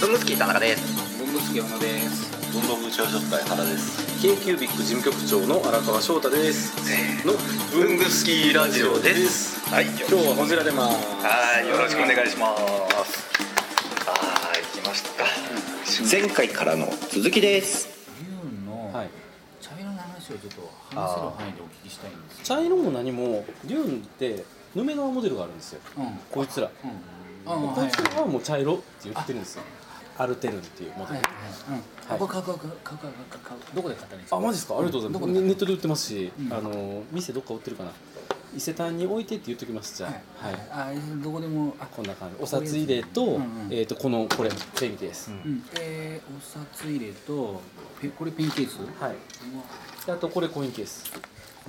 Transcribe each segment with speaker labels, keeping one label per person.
Speaker 1: ブングスキー田中です
Speaker 2: ブングスキー小野です
Speaker 3: 文房具朝食会原です
Speaker 2: k キュービック事務局長の荒川翔太ですの
Speaker 3: 文具スキーラジオですはい今
Speaker 2: 今日はこちらでま
Speaker 1: はいよろしくお願いしますはい来ました前回からの続きです
Speaker 4: ユンの
Speaker 2: はい
Speaker 4: 茶色の話をちょっと話せる範囲でお聞きしたいんですよ。
Speaker 2: 茶色も何もリュウンってヌメ側モデルがあるんですよ
Speaker 4: うん。
Speaker 2: こいつら
Speaker 4: うん。うん。
Speaker 2: こ
Speaker 4: はいい。
Speaker 2: つらはもう茶色って言ってるんですよアルテルンっていうモデ
Speaker 4: はい
Speaker 2: ル、。
Speaker 4: うん。これ買う買う買う買う買う買う買うどこで買ったらいいですか。
Speaker 2: あマジですかありがとうございます、
Speaker 4: どこ
Speaker 2: ネ
Speaker 4: で
Speaker 2: ネットで売ってますし、
Speaker 4: うん
Speaker 2: あの店どっか売ってるかな伊勢丹に置いてって言っときますじゃあ
Speaker 4: は。
Speaker 2: はいい、
Speaker 4: はい。あどこでもあ
Speaker 2: こんな感じお札入れと,、
Speaker 4: うんうん
Speaker 2: えー、とこのこれペンキです、
Speaker 4: うん。えーお札入れとペこれペンケース。うわ
Speaker 2: はいであとこれコインケース
Speaker 4: ペ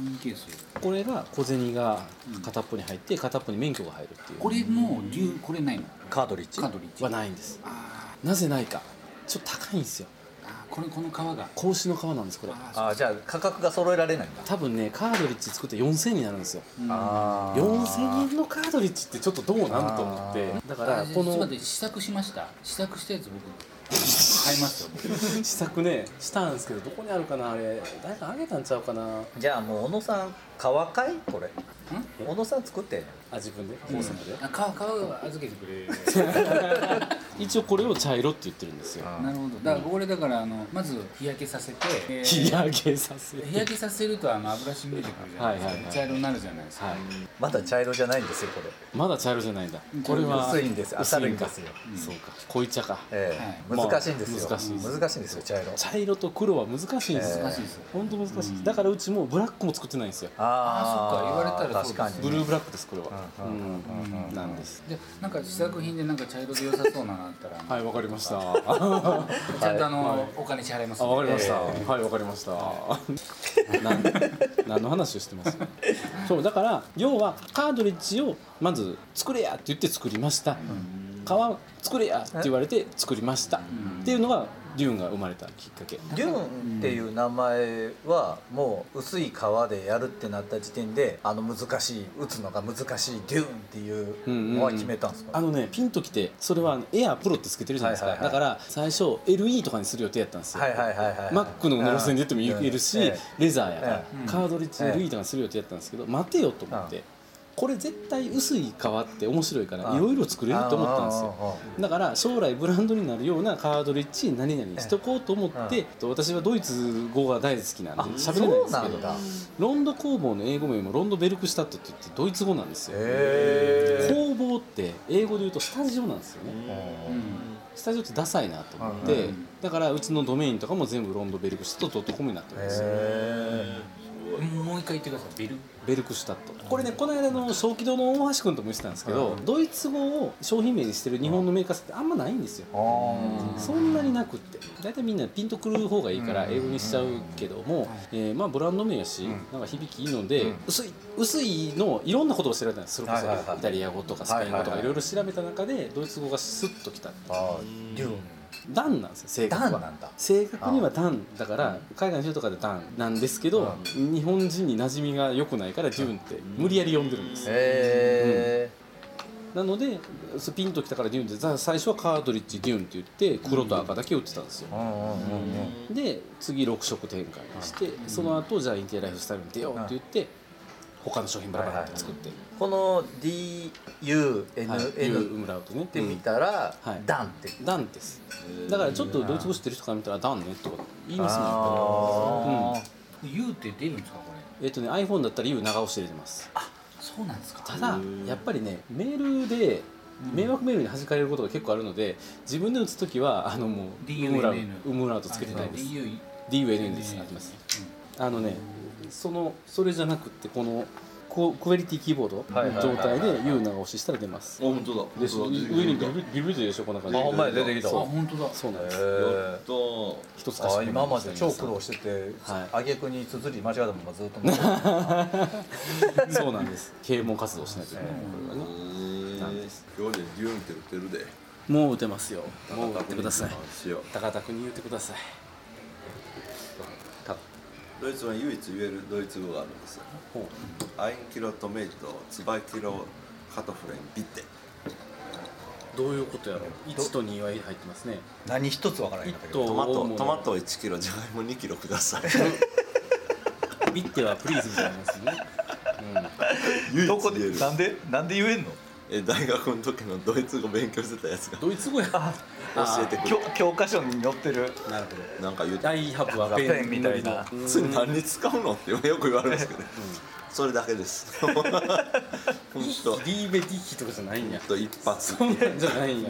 Speaker 4: ンケース。
Speaker 2: これが小銭が片っぽに入って片っぽに免許が入るっていう
Speaker 4: これもう流これないの。
Speaker 3: カードリッジ
Speaker 4: カードリッジ。
Speaker 2: は
Speaker 4: あ
Speaker 2: ないんです
Speaker 4: あ
Speaker 2: なぜないかちょっと高いんですよ
Speaker 4: あこれこの皮が。
Speaker 2: 格子の革なんですこれ
Speaker 3: あじゃあ価格が揃えられないんだ
Speaker 2: 多分ねカードリッジ作って4000円になるんですよ
Speaker 4: うん
Speaker 3: あ
Speaker 2: 4000円のカードリッジってちょっとどうなんと思って
Speaker 3: あ
Speaker 2: だ
Speaker 4: あ
Speaker 2: から
Speaker 4: じゃ
Speaker 2: こ
Speaker 4: あちょっと
Speaker 2: の
Speaker 4: 待って試作しました。試作したやつ僕買います よ。僕
Speaker 2: 試作ねしたんですけどどこにあるかなあれ誰かあげたんちゃうかな
Speaker 3: じゃあもう小野さん乾かいこれ
Speaker 2: え
Speaker 3: 小野さん作ってんの
Speaker 2: あ自分で大阪で、
Speaker 4: あか皮を預けてくれ る。
Speaker 2: 一応これを茶色って言ってるんですよ
Speaker 4: なるほど。だから俺だからあのまず日焼けさせて、えー
Speaker 2: 日焼けさせ
Speaker 4: 日焼けさせるとあの油染み出てくるじゃないですか。
Speaker 2: はいはいはい
Speaker 4: 茶色になるじゃないですか。
Speaker 2: はい
Speaker 3: まだ茶色じゃないんですよこ
Speaker 2: まだ茶色じゃないんだこれ
Speaker 3: れ
Speaker 2: は
Speaker 3: 薄いんです
Speaker 2: 薄い
Speaker 3: 明るいん
Speaker 2: か
Speaker 3: ですよ、
Speaker 2: そうか濃茶か
Speaker 3: ええ
Speaker 2: はい
Speaker 3: 難しいんですよ、
Speaker 2: まあ難しいです
Speaker 3: 難しいんですよ茶色
Speaker 2: 茶色と黒は難しいんですよ
Speaker 4: 難しいですよ。
Speaker 2: 本当難しいですだからうちもうブラックも作ってないんですよ
Speaker 4: あーそっか言われたらそう
Speaker 3: 確
Speaker 4: です
Speaker 3: かに
Speaker 2: ブルーブラックですこれはうん
Speaker 3: ううん
Speaker 2: ん
Speaker 3: うんうんうん
Speaker 2: なんです
Speaker 4: でなんか試作品でなんか茶色で良さそうなのあったら、
Speaker 2: はいわかりました あ
Speaker 4: ちゃんとあの、お金支払いますんで。
Speaker 2: わかりました
Speaker 3: え
Speaker 2: はいわかりましたなん何の話をしてますそうだから要はカードリッジをまず作れやって言って作りました革作れやって言われて作りましたっていうのがデューンが生まれたきっかけ
Speaker 3: デューンっていう名前はもう薄い皮でやるってなった時点であの難しい打つのが難しいデューンっていうのは決めたんですか、
Speaker 2: あのねピンときてそれはエアープロってつけてるじゃないですか、
Speaker 3: はいはいはい
Speaker 2: だから最初 LE とかにする予定やったんですよ、
Speaker 3: はいはいはいはい
Speaker 2: マックの路線で言ってもいけるし、
Speaker 3: え
Speaker 2: レザーやから
Speaker 3: え、え
Speaker 4: うん
Speaker 2: カードリッジ LE とかにする予定やったんですけど、待てよと思って、
Speaker 3: う
Speaker 2: これ絶対薄い革って面白いから
Speaker 3: うん
Speaker 2: いろいろ作
Speaker 3: え
Speaker 2: れると思ったんですよ
Speaker 3: ああ
Speaker 2: だから将来ブランドになるようなカードリッジ何々にしとこうと思って、
Speaker 3: ええ
Speaker 2: と私はドイツ語が大好きなんで
Speaker 3: ああああ
Speaker 2: 喋れないんですけ
Speaker 3: そう
Speaker 2: ど
Speaker 3: なんだ
Speaker 2: ロンド工房の英語名もロンドベルクシュタットって言ってドイツ語なんですよ、
Speaker 3: へえ
Speaker 2: 工房って英語で言うとスタジオなんですよね
Speaker 4: うん。
Speaker 2: スタジオってダサいなと思って、
Speaker 3: う
Speaker 2: だからうちのドメインとかも全部ロンドベルクシュタット .com になってるんですよ
Speaker 3: へ
Speaker 4: もう一回言ってください。ベル。
Speaker 2: ベルクシュタットこれねこの間の小規堂の大橋君とも言ってたんですけど、ドイツ語を商品名にしてる日本のメーカーさんってあんまないんですよ
Speaker 3: あー
Speaker 2: そんなになくって大体みんなピンとくる方がいいから
Speaker 3: うん
Speaker 2: 英語にしちゃうけども、えーまあブランド名やし、なんか響きいいので、
Speaker 3: うん
Speaker 2: 薄い薄いのいろんなことを調べたんですそれこそ、
Speaker 3: はいはいはい
Speaker 2: イタリア語とかスペイン語
Speaker 3: はい
Speaker 2: と
Speaker 3: は
Speaker 2: か
Speaker 3: いはい
Speaker 2: いろいろ調べた中でドイツ語がスッときたっていう
Speaker 3: あデューン
Speaker 2: ダンなんですよ正
Speaker 3: ダ
Speaker 2: 確
Speaker 3: ン
Speaker 2: は
Speaker 3: なんだ
Speaker 2: 正確にはダンだから海外の人とかでダンなんですけど日本人に馴染みが良くないからデューンって無理やり呼んでるんです
Speaker 3: へえ
Speaker 2: なのでそうピンときたからデューンってさ最初はカートリッジデューンって言って黒と赤だけ売ってたんですよ
Speaker 3: うんうんうんうん
Speaker 2: で次6色展開にしてその後じゃあインテリアライフスタイルに出ようって言って他の商品バラバラって作って
Speaker 3: この DUNN、
Speaker 2: はいっていうウ
Speaker 3: っ
Speaker 2: ムラウトね
Speaker 3: て見たら、
Speaker 2: うんはい
Speaker 3: ダンって
Speaker 2: ダンですだからちょっとドイツ語知ってる人から見たらダンねとか言いますもんやっぱり
Speaker 3: あー
Speaker 4: ユーって出るんですかこれ。
Speaker 2: えっとね iPhone だったら U 長押して入れてます
Speaker 4: そうなんですか。
Speaker 2: ただやっぱりねメールで迷惑メールに弾かれることが結構あるので自分で打つ時はあのもうウ
Speaker 4: DUNN
Speaker 2: ムラウウムラウトつけてないです
Speaker 4: あ DU
Speaker 2: DUNN です合ってますあのねそのそれじゃなくってこのこうクエリティキーボード
Speaker 3: はいはいはい
Speaker 2: 状態で U 長押ししたら出ます
Speaker 5: あ、本当だ。
Speaker 2: でしょ
Speaker 5: 本
Speaker 2: 上
Speaker 5: 当
Speaker 2: に
Speaker 5: だ
Speaker 2: ビルビルビルでしょこんな感じ
Speaker 5: あほんまや出て
Speaker 3: きた
Speaker 4: あ
Speaker 2: そう
Speaker 4: 本当だ。
Speaker 2: そうなんです
Speaker 3: えー
Speaker 5: と、
Speaker 2: 一つ
Speaker 3: あ
Speaker 2: 賢
Speaker 3: ー
Speaker 2: い
Speaker 3: 今まで超苦労してて、
Speaker 2: はい
Speaker 3: 挙句に綴り間違えたままずっと 持って た
Speaker 2: そうなんです啓蒙活動しないといけないこれはねなんで
Speaker 5: 今日ね、デューンって売ってるで。
Speaker 2: もう打てますよもう打ってください
Speaker 5: しよう
Speaker 2: 高田君に言ってくださいた
Speaker 5: ドイツは唯一言えるドイツ語があるんですよ。
Speaker 2: ほ
Speaker 5: アインキロトメイト、ツバキロカトフレンビッテ。
Speaker 2: どういうことやろう1と2は入ってますね
Speaker 3: 何一つわからへん
Speaker 2: 1
Speaker 3: かったけ
Speaker 2: と
Speaker 3: ど
Speaker 5: トマト
Speaker 2: も
Speaker 5: トマト1キロじゃがいも2キロくだ さい
Speaker 2: ビッテはプリーズみたいなやつね、
Speaker 5: 唯
Speaker 3: どこ
Speaker 5: 一言え
Speaker 3: で
Speaker 5: る
Speaker 3: なんでなんで言えんの
Speaker 5: え大学の時のドイツ語勉強してたやつが
Speaker 2: うん、ドイツ語や教
Speaker 5: 教えてく
Speaker 3: 教
Speaker 5: る
Speaker 3: 教科書に載ってる
Speaker 2: なるほど
Speaker 5: なんか言うて
Speaker 2: 大ハブは
Speaker 3: ペンみたいな
Speaker 2: ペンの
Speaker 5: それ何に使うのってよく言われますけど、それだけです本当
Speaker 2: リ
Speaker 5: 本
Speaker 2: ーベディッヒとかじゃないんや
Speaker 5: 当一発
Speaker 2: そんなんじゃないんや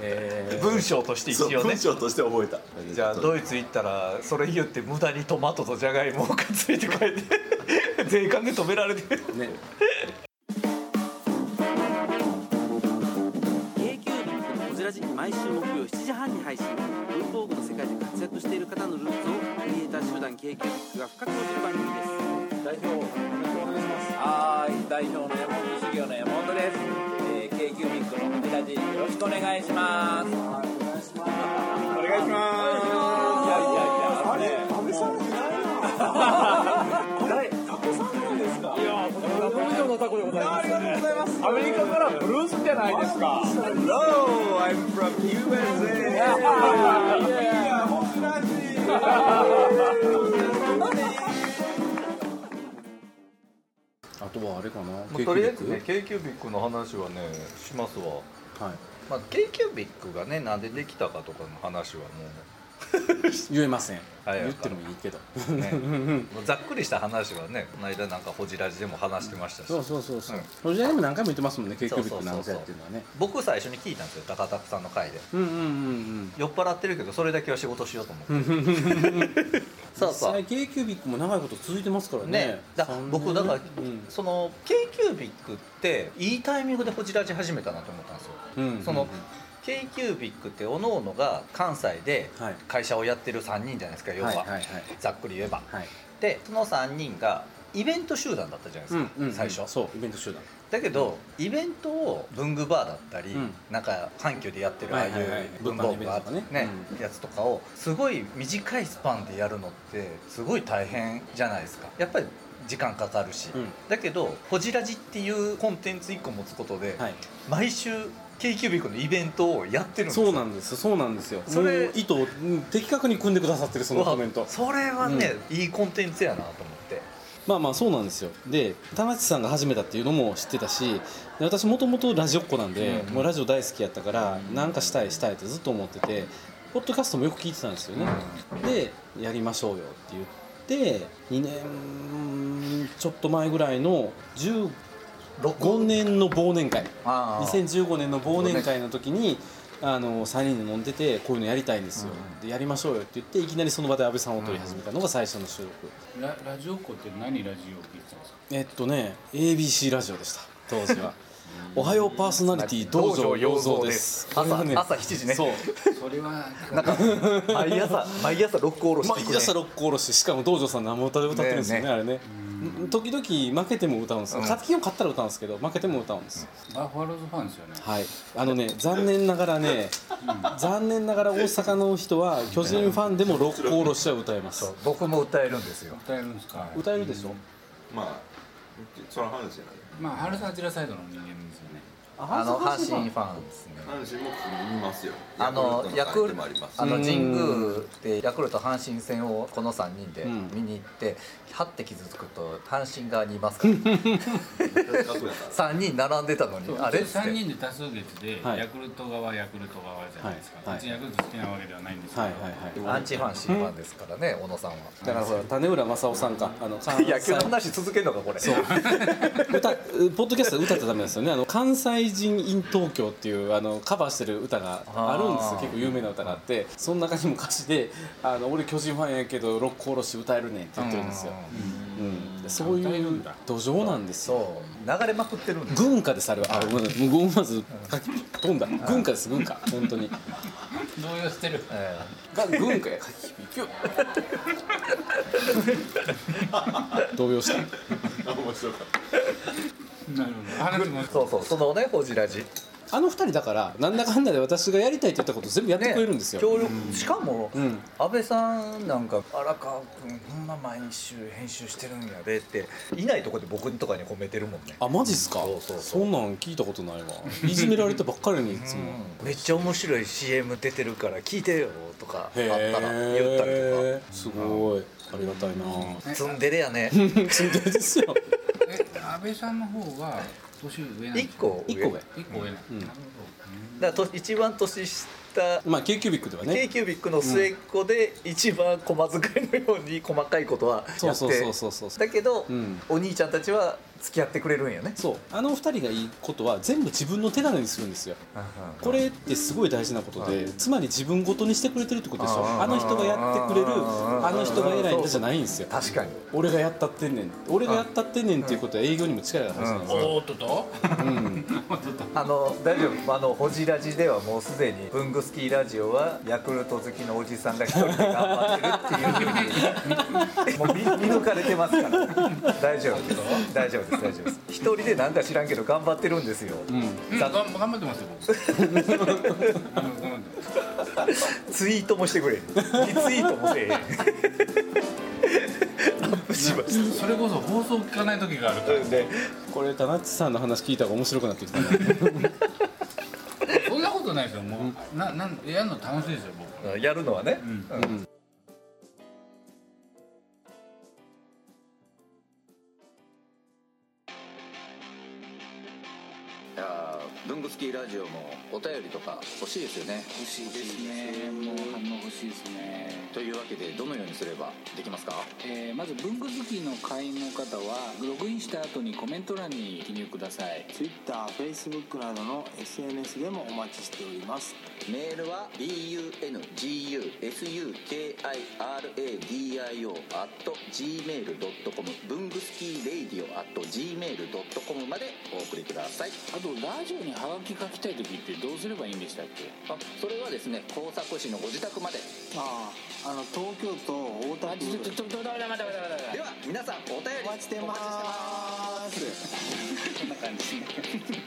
Speaker 2: えー
Speaker 3: 文章として一
Speaker 5: そう
Speaker 3: 応ね
Speaker 5: 文章として覚えた
Speaker 3: じゃあド
Speaker 5: イ
Speaker 3: イツ行ったらそれ言って無駄にトマトとジャガイモをかついて帰って 税関で止められてる
Speaker 2: ね
Speaker 6: k q b のこじらじ毎週木曜7時半に配信文房具の世界で活躍している方のルーツをクリエイター集団 k q b が深く掘る番組です代表よろしくお願いしますはい代表の山本修行の山本です、えー、k q b のこじらじよろしくお願いしますお願いしますお願いしますいやいやいやあれ
Speaker 2: あとはあれかな
Speaker 3: とりあえずね
Speaker 2: ケ
Speaker 3: k q b の話はねしますわ、
Speaker 2: ーキはい
Speaker 3: まあ、k q b がねなんでできたかとかの話はも
Speaker 2: 言えません、
Speaker 3: はい
Speaker 2: 言ってもいいけど
Speaker 3: う ねもうざっくりした話はねこの間なんかホジラジでも話してましたし、
Speaker 2: そうそうそうそう
Speaker 3: うん
Speaker 2: それじゃでも何回も言ってますもんね k q
Speaker 3: そう
Speaker 2: b
Speaker 3: そうそうそう
Speaker 2: なんぞやっていうのはね
Speaker 3: 僕最初に聞いたんですよ高田さんの回で
Speaker 2: うんうんうん
Speaker 3: 酔っ払ってるけどそれだけは仕事しようと思って、
Speaker 2: う
Speaker 3: そ
Speaker 2: ん
Speaker 3: うそ
Speaker 2: 実
Speaker 3: う
Speaker 2: 際 k q b も長いこと続いてますからね
Speaker 3: ね、だ
Speaker 2: 三年
Speaker 3: 僕だから、
Speaker 2: うん
Speaker 3: その k q b っていいタイミングでホジラジ始めたなと思ったんですよ、
Speaker 2: うん
Speaker 3: その k q b っておのおのが関西で
Speaker 2: はい
Speaker 3: 会社をやってる3人じゃないですか要は、
Speaker 2: はいはいはい
Speaker 3: ざっくり言えば
Speaker 2: はい
Speaker 3: でその3人がイベント集団だったじゃないですか、最初
Speaker 2: そうイベント集団
Speaker 3: だけどイベントを文具バーだったり、
Speaker 2: うん
Speaker 3: なんか阪急でやってるああい
Speaker 2: はいはいはいう
Speaker 3: 文房具があっ
Speaker 2: 物販のイベントとかね
Speaker 3: ねやつとかをすごい短いスパンでやるのってすごい大変じゃないですかやっぱり時間かかるし、
Speaker 2: うん
Speaker 3: だけど「ホジラジ」っていうコンテンツ1個持つことで、
Speaker 2: はい
Speaker 3: 毎週 k q b のイベントをやってるんですよ
Speaker 2: そうなんですそうなんですよ
Speaker 3: それ
Speaker 2: もう意図をうん的確に組んでくださってるそのコメン
Speaker 3: う
Speaker 2: ト
Speaker 3: わそれはね、いいコンテンツやなと思って
Speaker 2: まあまあそうなんですよで田中さんが始めたっていうのも知ってたしで私もともとラジオっ子なんで、
Speaker 3: うん
Speaker 2: もうラジオ大好きやったから、なんかしたいしたいってずっと思っててポッドキャストもよく聞いてたんですよね、でやりましょうよって言って2年ちょっと前ぐらいの15年の忘年会
Speaker 3: ああ
Speaker 2: 2015年の忘年会の時にあの3人で飲んでてこういうのやりたいんですよ、でやりましょうよって言っていきなりその場で安倍さんを取り始めたのが最初の収録、
Speaker 4: ララジオっ子って何ラジオを聞いてたんですか
Speaker 2: えっとね ABC ラジオでした当時 はおはようパーソナリティ道場洋蔵です
Speaker 3: 道場洋蔵
Speaker 2: これは
Speaker 3: です朝朝7時 ね
Speaker 2: そう
Speaker 4: それは
Speaker 3: 毎朝毎朝ロックおろし
Speaker 2: 毎朝ロックおろししかも道場さん生歌で歌ってるんですよね
Speaker 3: ね
Speaker 2: あれねうん時々負けても歌うんですよ
Speaker 3: うん
Speaker 2: 勝金を買ったら歌うんですけど負けても歌うんです
Speaker 4: バファローズファンですよね
Speaker 2: はいあのね残念ながらね残念ながら大阪の人は巨人ファンでも六甲おろしは歌えます
Speaker 3: 僕も歌えるんですよ
Speaker 4: 歌えるんですか
Speaker 2: 歌えるでしょ
Speaker 5: まあその話じゃない
Speaker 4: まあハルサ・アチラサイドの人間ですよね
Speaker 3: あの
Speaker 2: 阪神
Speaker 3: 阪
Speaker 2: ファン
Speaker 3: 神ファンですね
Speaker 5: 話も見ますよ
Speaker 3: あのヤ
Speaker 5: ヤ
Speaker 3: ク
Speaker 5: ク
Speaker 3: ル
Speaker 5: ル
Speaker 3: ト
Speaker 5: ト
Speaker 3: あ
Speaker 5: の会でもあります
Speaker 3: の神宮でヤクルト阪神戦をこの3人で
Speaker 2: うん
Speaker 3: 見に行って、はって傷つくと阪神側にいます から3人並んでたのにあれっつっ
Speaker 4: 3
Speaker 3: て
Speaker 4: 人で多数決で、
Speaker 2: はい
Speaker 4: ヤクルト側ヤクルト側じゃないですか、
Speaker 2: はい
Speaker 4: 別にヤクルト好きなわけではないんですけど、
Speaker 2: はいはいはい
Speaker 3: アンチファンシーファンですからね、小野 さんは
Speaker 2: だからほら種浦正雄さんかあの
Speaker 3: 野球の話続けるのかこれそう
Speaker 2: 歌ポッドキャストで歌ってダメなんですよねあの関西人 in 東京っていうあのカバーしてる歌があるんですよ
Speaker 3: あー
Speaker 2: 結構有名な歌があってその中にも歌詞で「あの俺巨人ファンやけど六甲おろし歌えるねん」って言ってるんですよ、うん、そう
Speaker 4: 歌え
Speaker 2: い
Speaker 4: る
Speaker 2: うん
Speaker 4: だ
Speaker 2: 土壌なんですよ
Speaker 3: 流れまくってるんです
Speaker 2: 軍歌ですあれはあごめんなさいもうまず飛んだ軍歌です軍歌本当に
Speaker 4: 動揺してる
Speaker 3: え
Speaker 2: が軍歌やかきびきゅ動揺した
Speaker 5: 面白かっ
Speaker 4: なるほど話も
Speaker 3: えそうそうそのねホジラジ
Speaker 2: あの二人だからなんだかんだで私がやりたいって言ったこと全部やってくれるんですよ、
Speaker 3: 協力しかも、
Speaker 2: うん
Speaker 3: 安倍さんなんか荒川君こんな毎週編集してるんやでっていないとこで僕とかに褒めてるもんね
Speaker 2: あマジっすか
Speaker 3: そうそうそう
Speaker 2: そんなん聞いたことないわいじめられたばっかりにいつも
Speaker 3: めっちゃ面白い CM 出てるから聞いてよとかあった
Speaker 2: へ
Speaker 3: ら言ったり
Speaker 2: えすごいありがたいな
Speaker 3: とかツンデレやね
Speaker 2: ツンデレですよ
Speaker 4: え安倍さんの方が年上なんで
Speaker 3: 一
Speaker 4: すか
Speaker 3: 個 上
Speaker 2: 一個上
Speaker 4: 一個上なんですね
Speaker 2: うん
Speaker 4: なる
Speaker 3: だからと一番年下
Speaker 2: まあ k キュービックでは
Speaker 3: k
Speaker 2: ね
Speaker 3: q b i c の末っ子で一番駒遣いのように細かいことは
Speaker 2: そ
Speaker 3: や
Speaker 2: う
Speaker 3: っ
Speaker 2: そうそ
Speaker 3: て
Speaker 2: うそうそう
Speaker 3: だけど、
Speaker 2: うん
Speaker 3: お兄ちゃんたちは付き合ってくれるんよね
Speaker 2: そうあの二人がいいことは全部自分の手種にするんですよこれってすごい大事なことでつまり自分ごとにしてくれてるってことでしょ
Speaker 3: あー
Speaker 2: あの人がやってくれる
Speaker 3: あー
Speaker 2: あの人が偉いんだじゃないんですよ
Speaker 3: 確かに
Speaker 2: 俺がやったってんねん俺がやったってんねんっていうことは営業にも力が入るじゃないです
Speaker 4: ほ
Speaker 2: か
Speaker 4: どおーっとと
Speaker 2: うん
Speaker 3: あの大丈夫あのホジラジではもうすでに文具スキーラジオはヤクルト好きのおじさんが一人で頑張ってるっていう もう見見抜かれてますから 大丈夫です大丈夫です大丈夫です一人でなんか知らんけど頑張ってるんですよ、
Speaker 4: うん
Speaker 3: ざ
Speaker 4: 頑頑張ってますよ 僕頑張ってます
Speaker 3: ツイートもしてくれるリツイートもせ えへんアップしまし
Speaker 4: それこそ放送聞かない時があるから
Speaker 3: たで
Speaker 2: これ田中さんの話聞いた方が面白くなってきたな
Speaker 4: そんなことないですよもうななんやるの楽しいですよ僕
Speaker 3: やるのはね、
Speaker 1: いやー文具スキーラジオもお便りとか欲しいですよね
Speaker 6: 欲しいですねもう反応欲しいですね
Speaker 1: というわけでどのようにすればできますか
Speaker 6: えーまず文具好きの会員の方はログインした後にコメント欄に記入ください
Speaker 7: TwitterFacebook などの SNS でもお待ちしております
Speaker 1: メールは bunguskiradio gmail.com 文具スキーレイディオ gmail.com までお送りください
Speaker 6: あとラジオにハガキ書きたい時ってどうすればいいんでしたっけ
Speaker 1: あそれはですね工作士のご自宅まで
Speaker 7: あああの東京都大田
Speaker 6: あちょちょ
Speaker 7: 区
Speaker 6: ちょちょダメだダメだダメだダメだ
Speaker 1: では皆さんお便り
Speaker 7: お待ちしてます
Speaker 1: こんな感じですね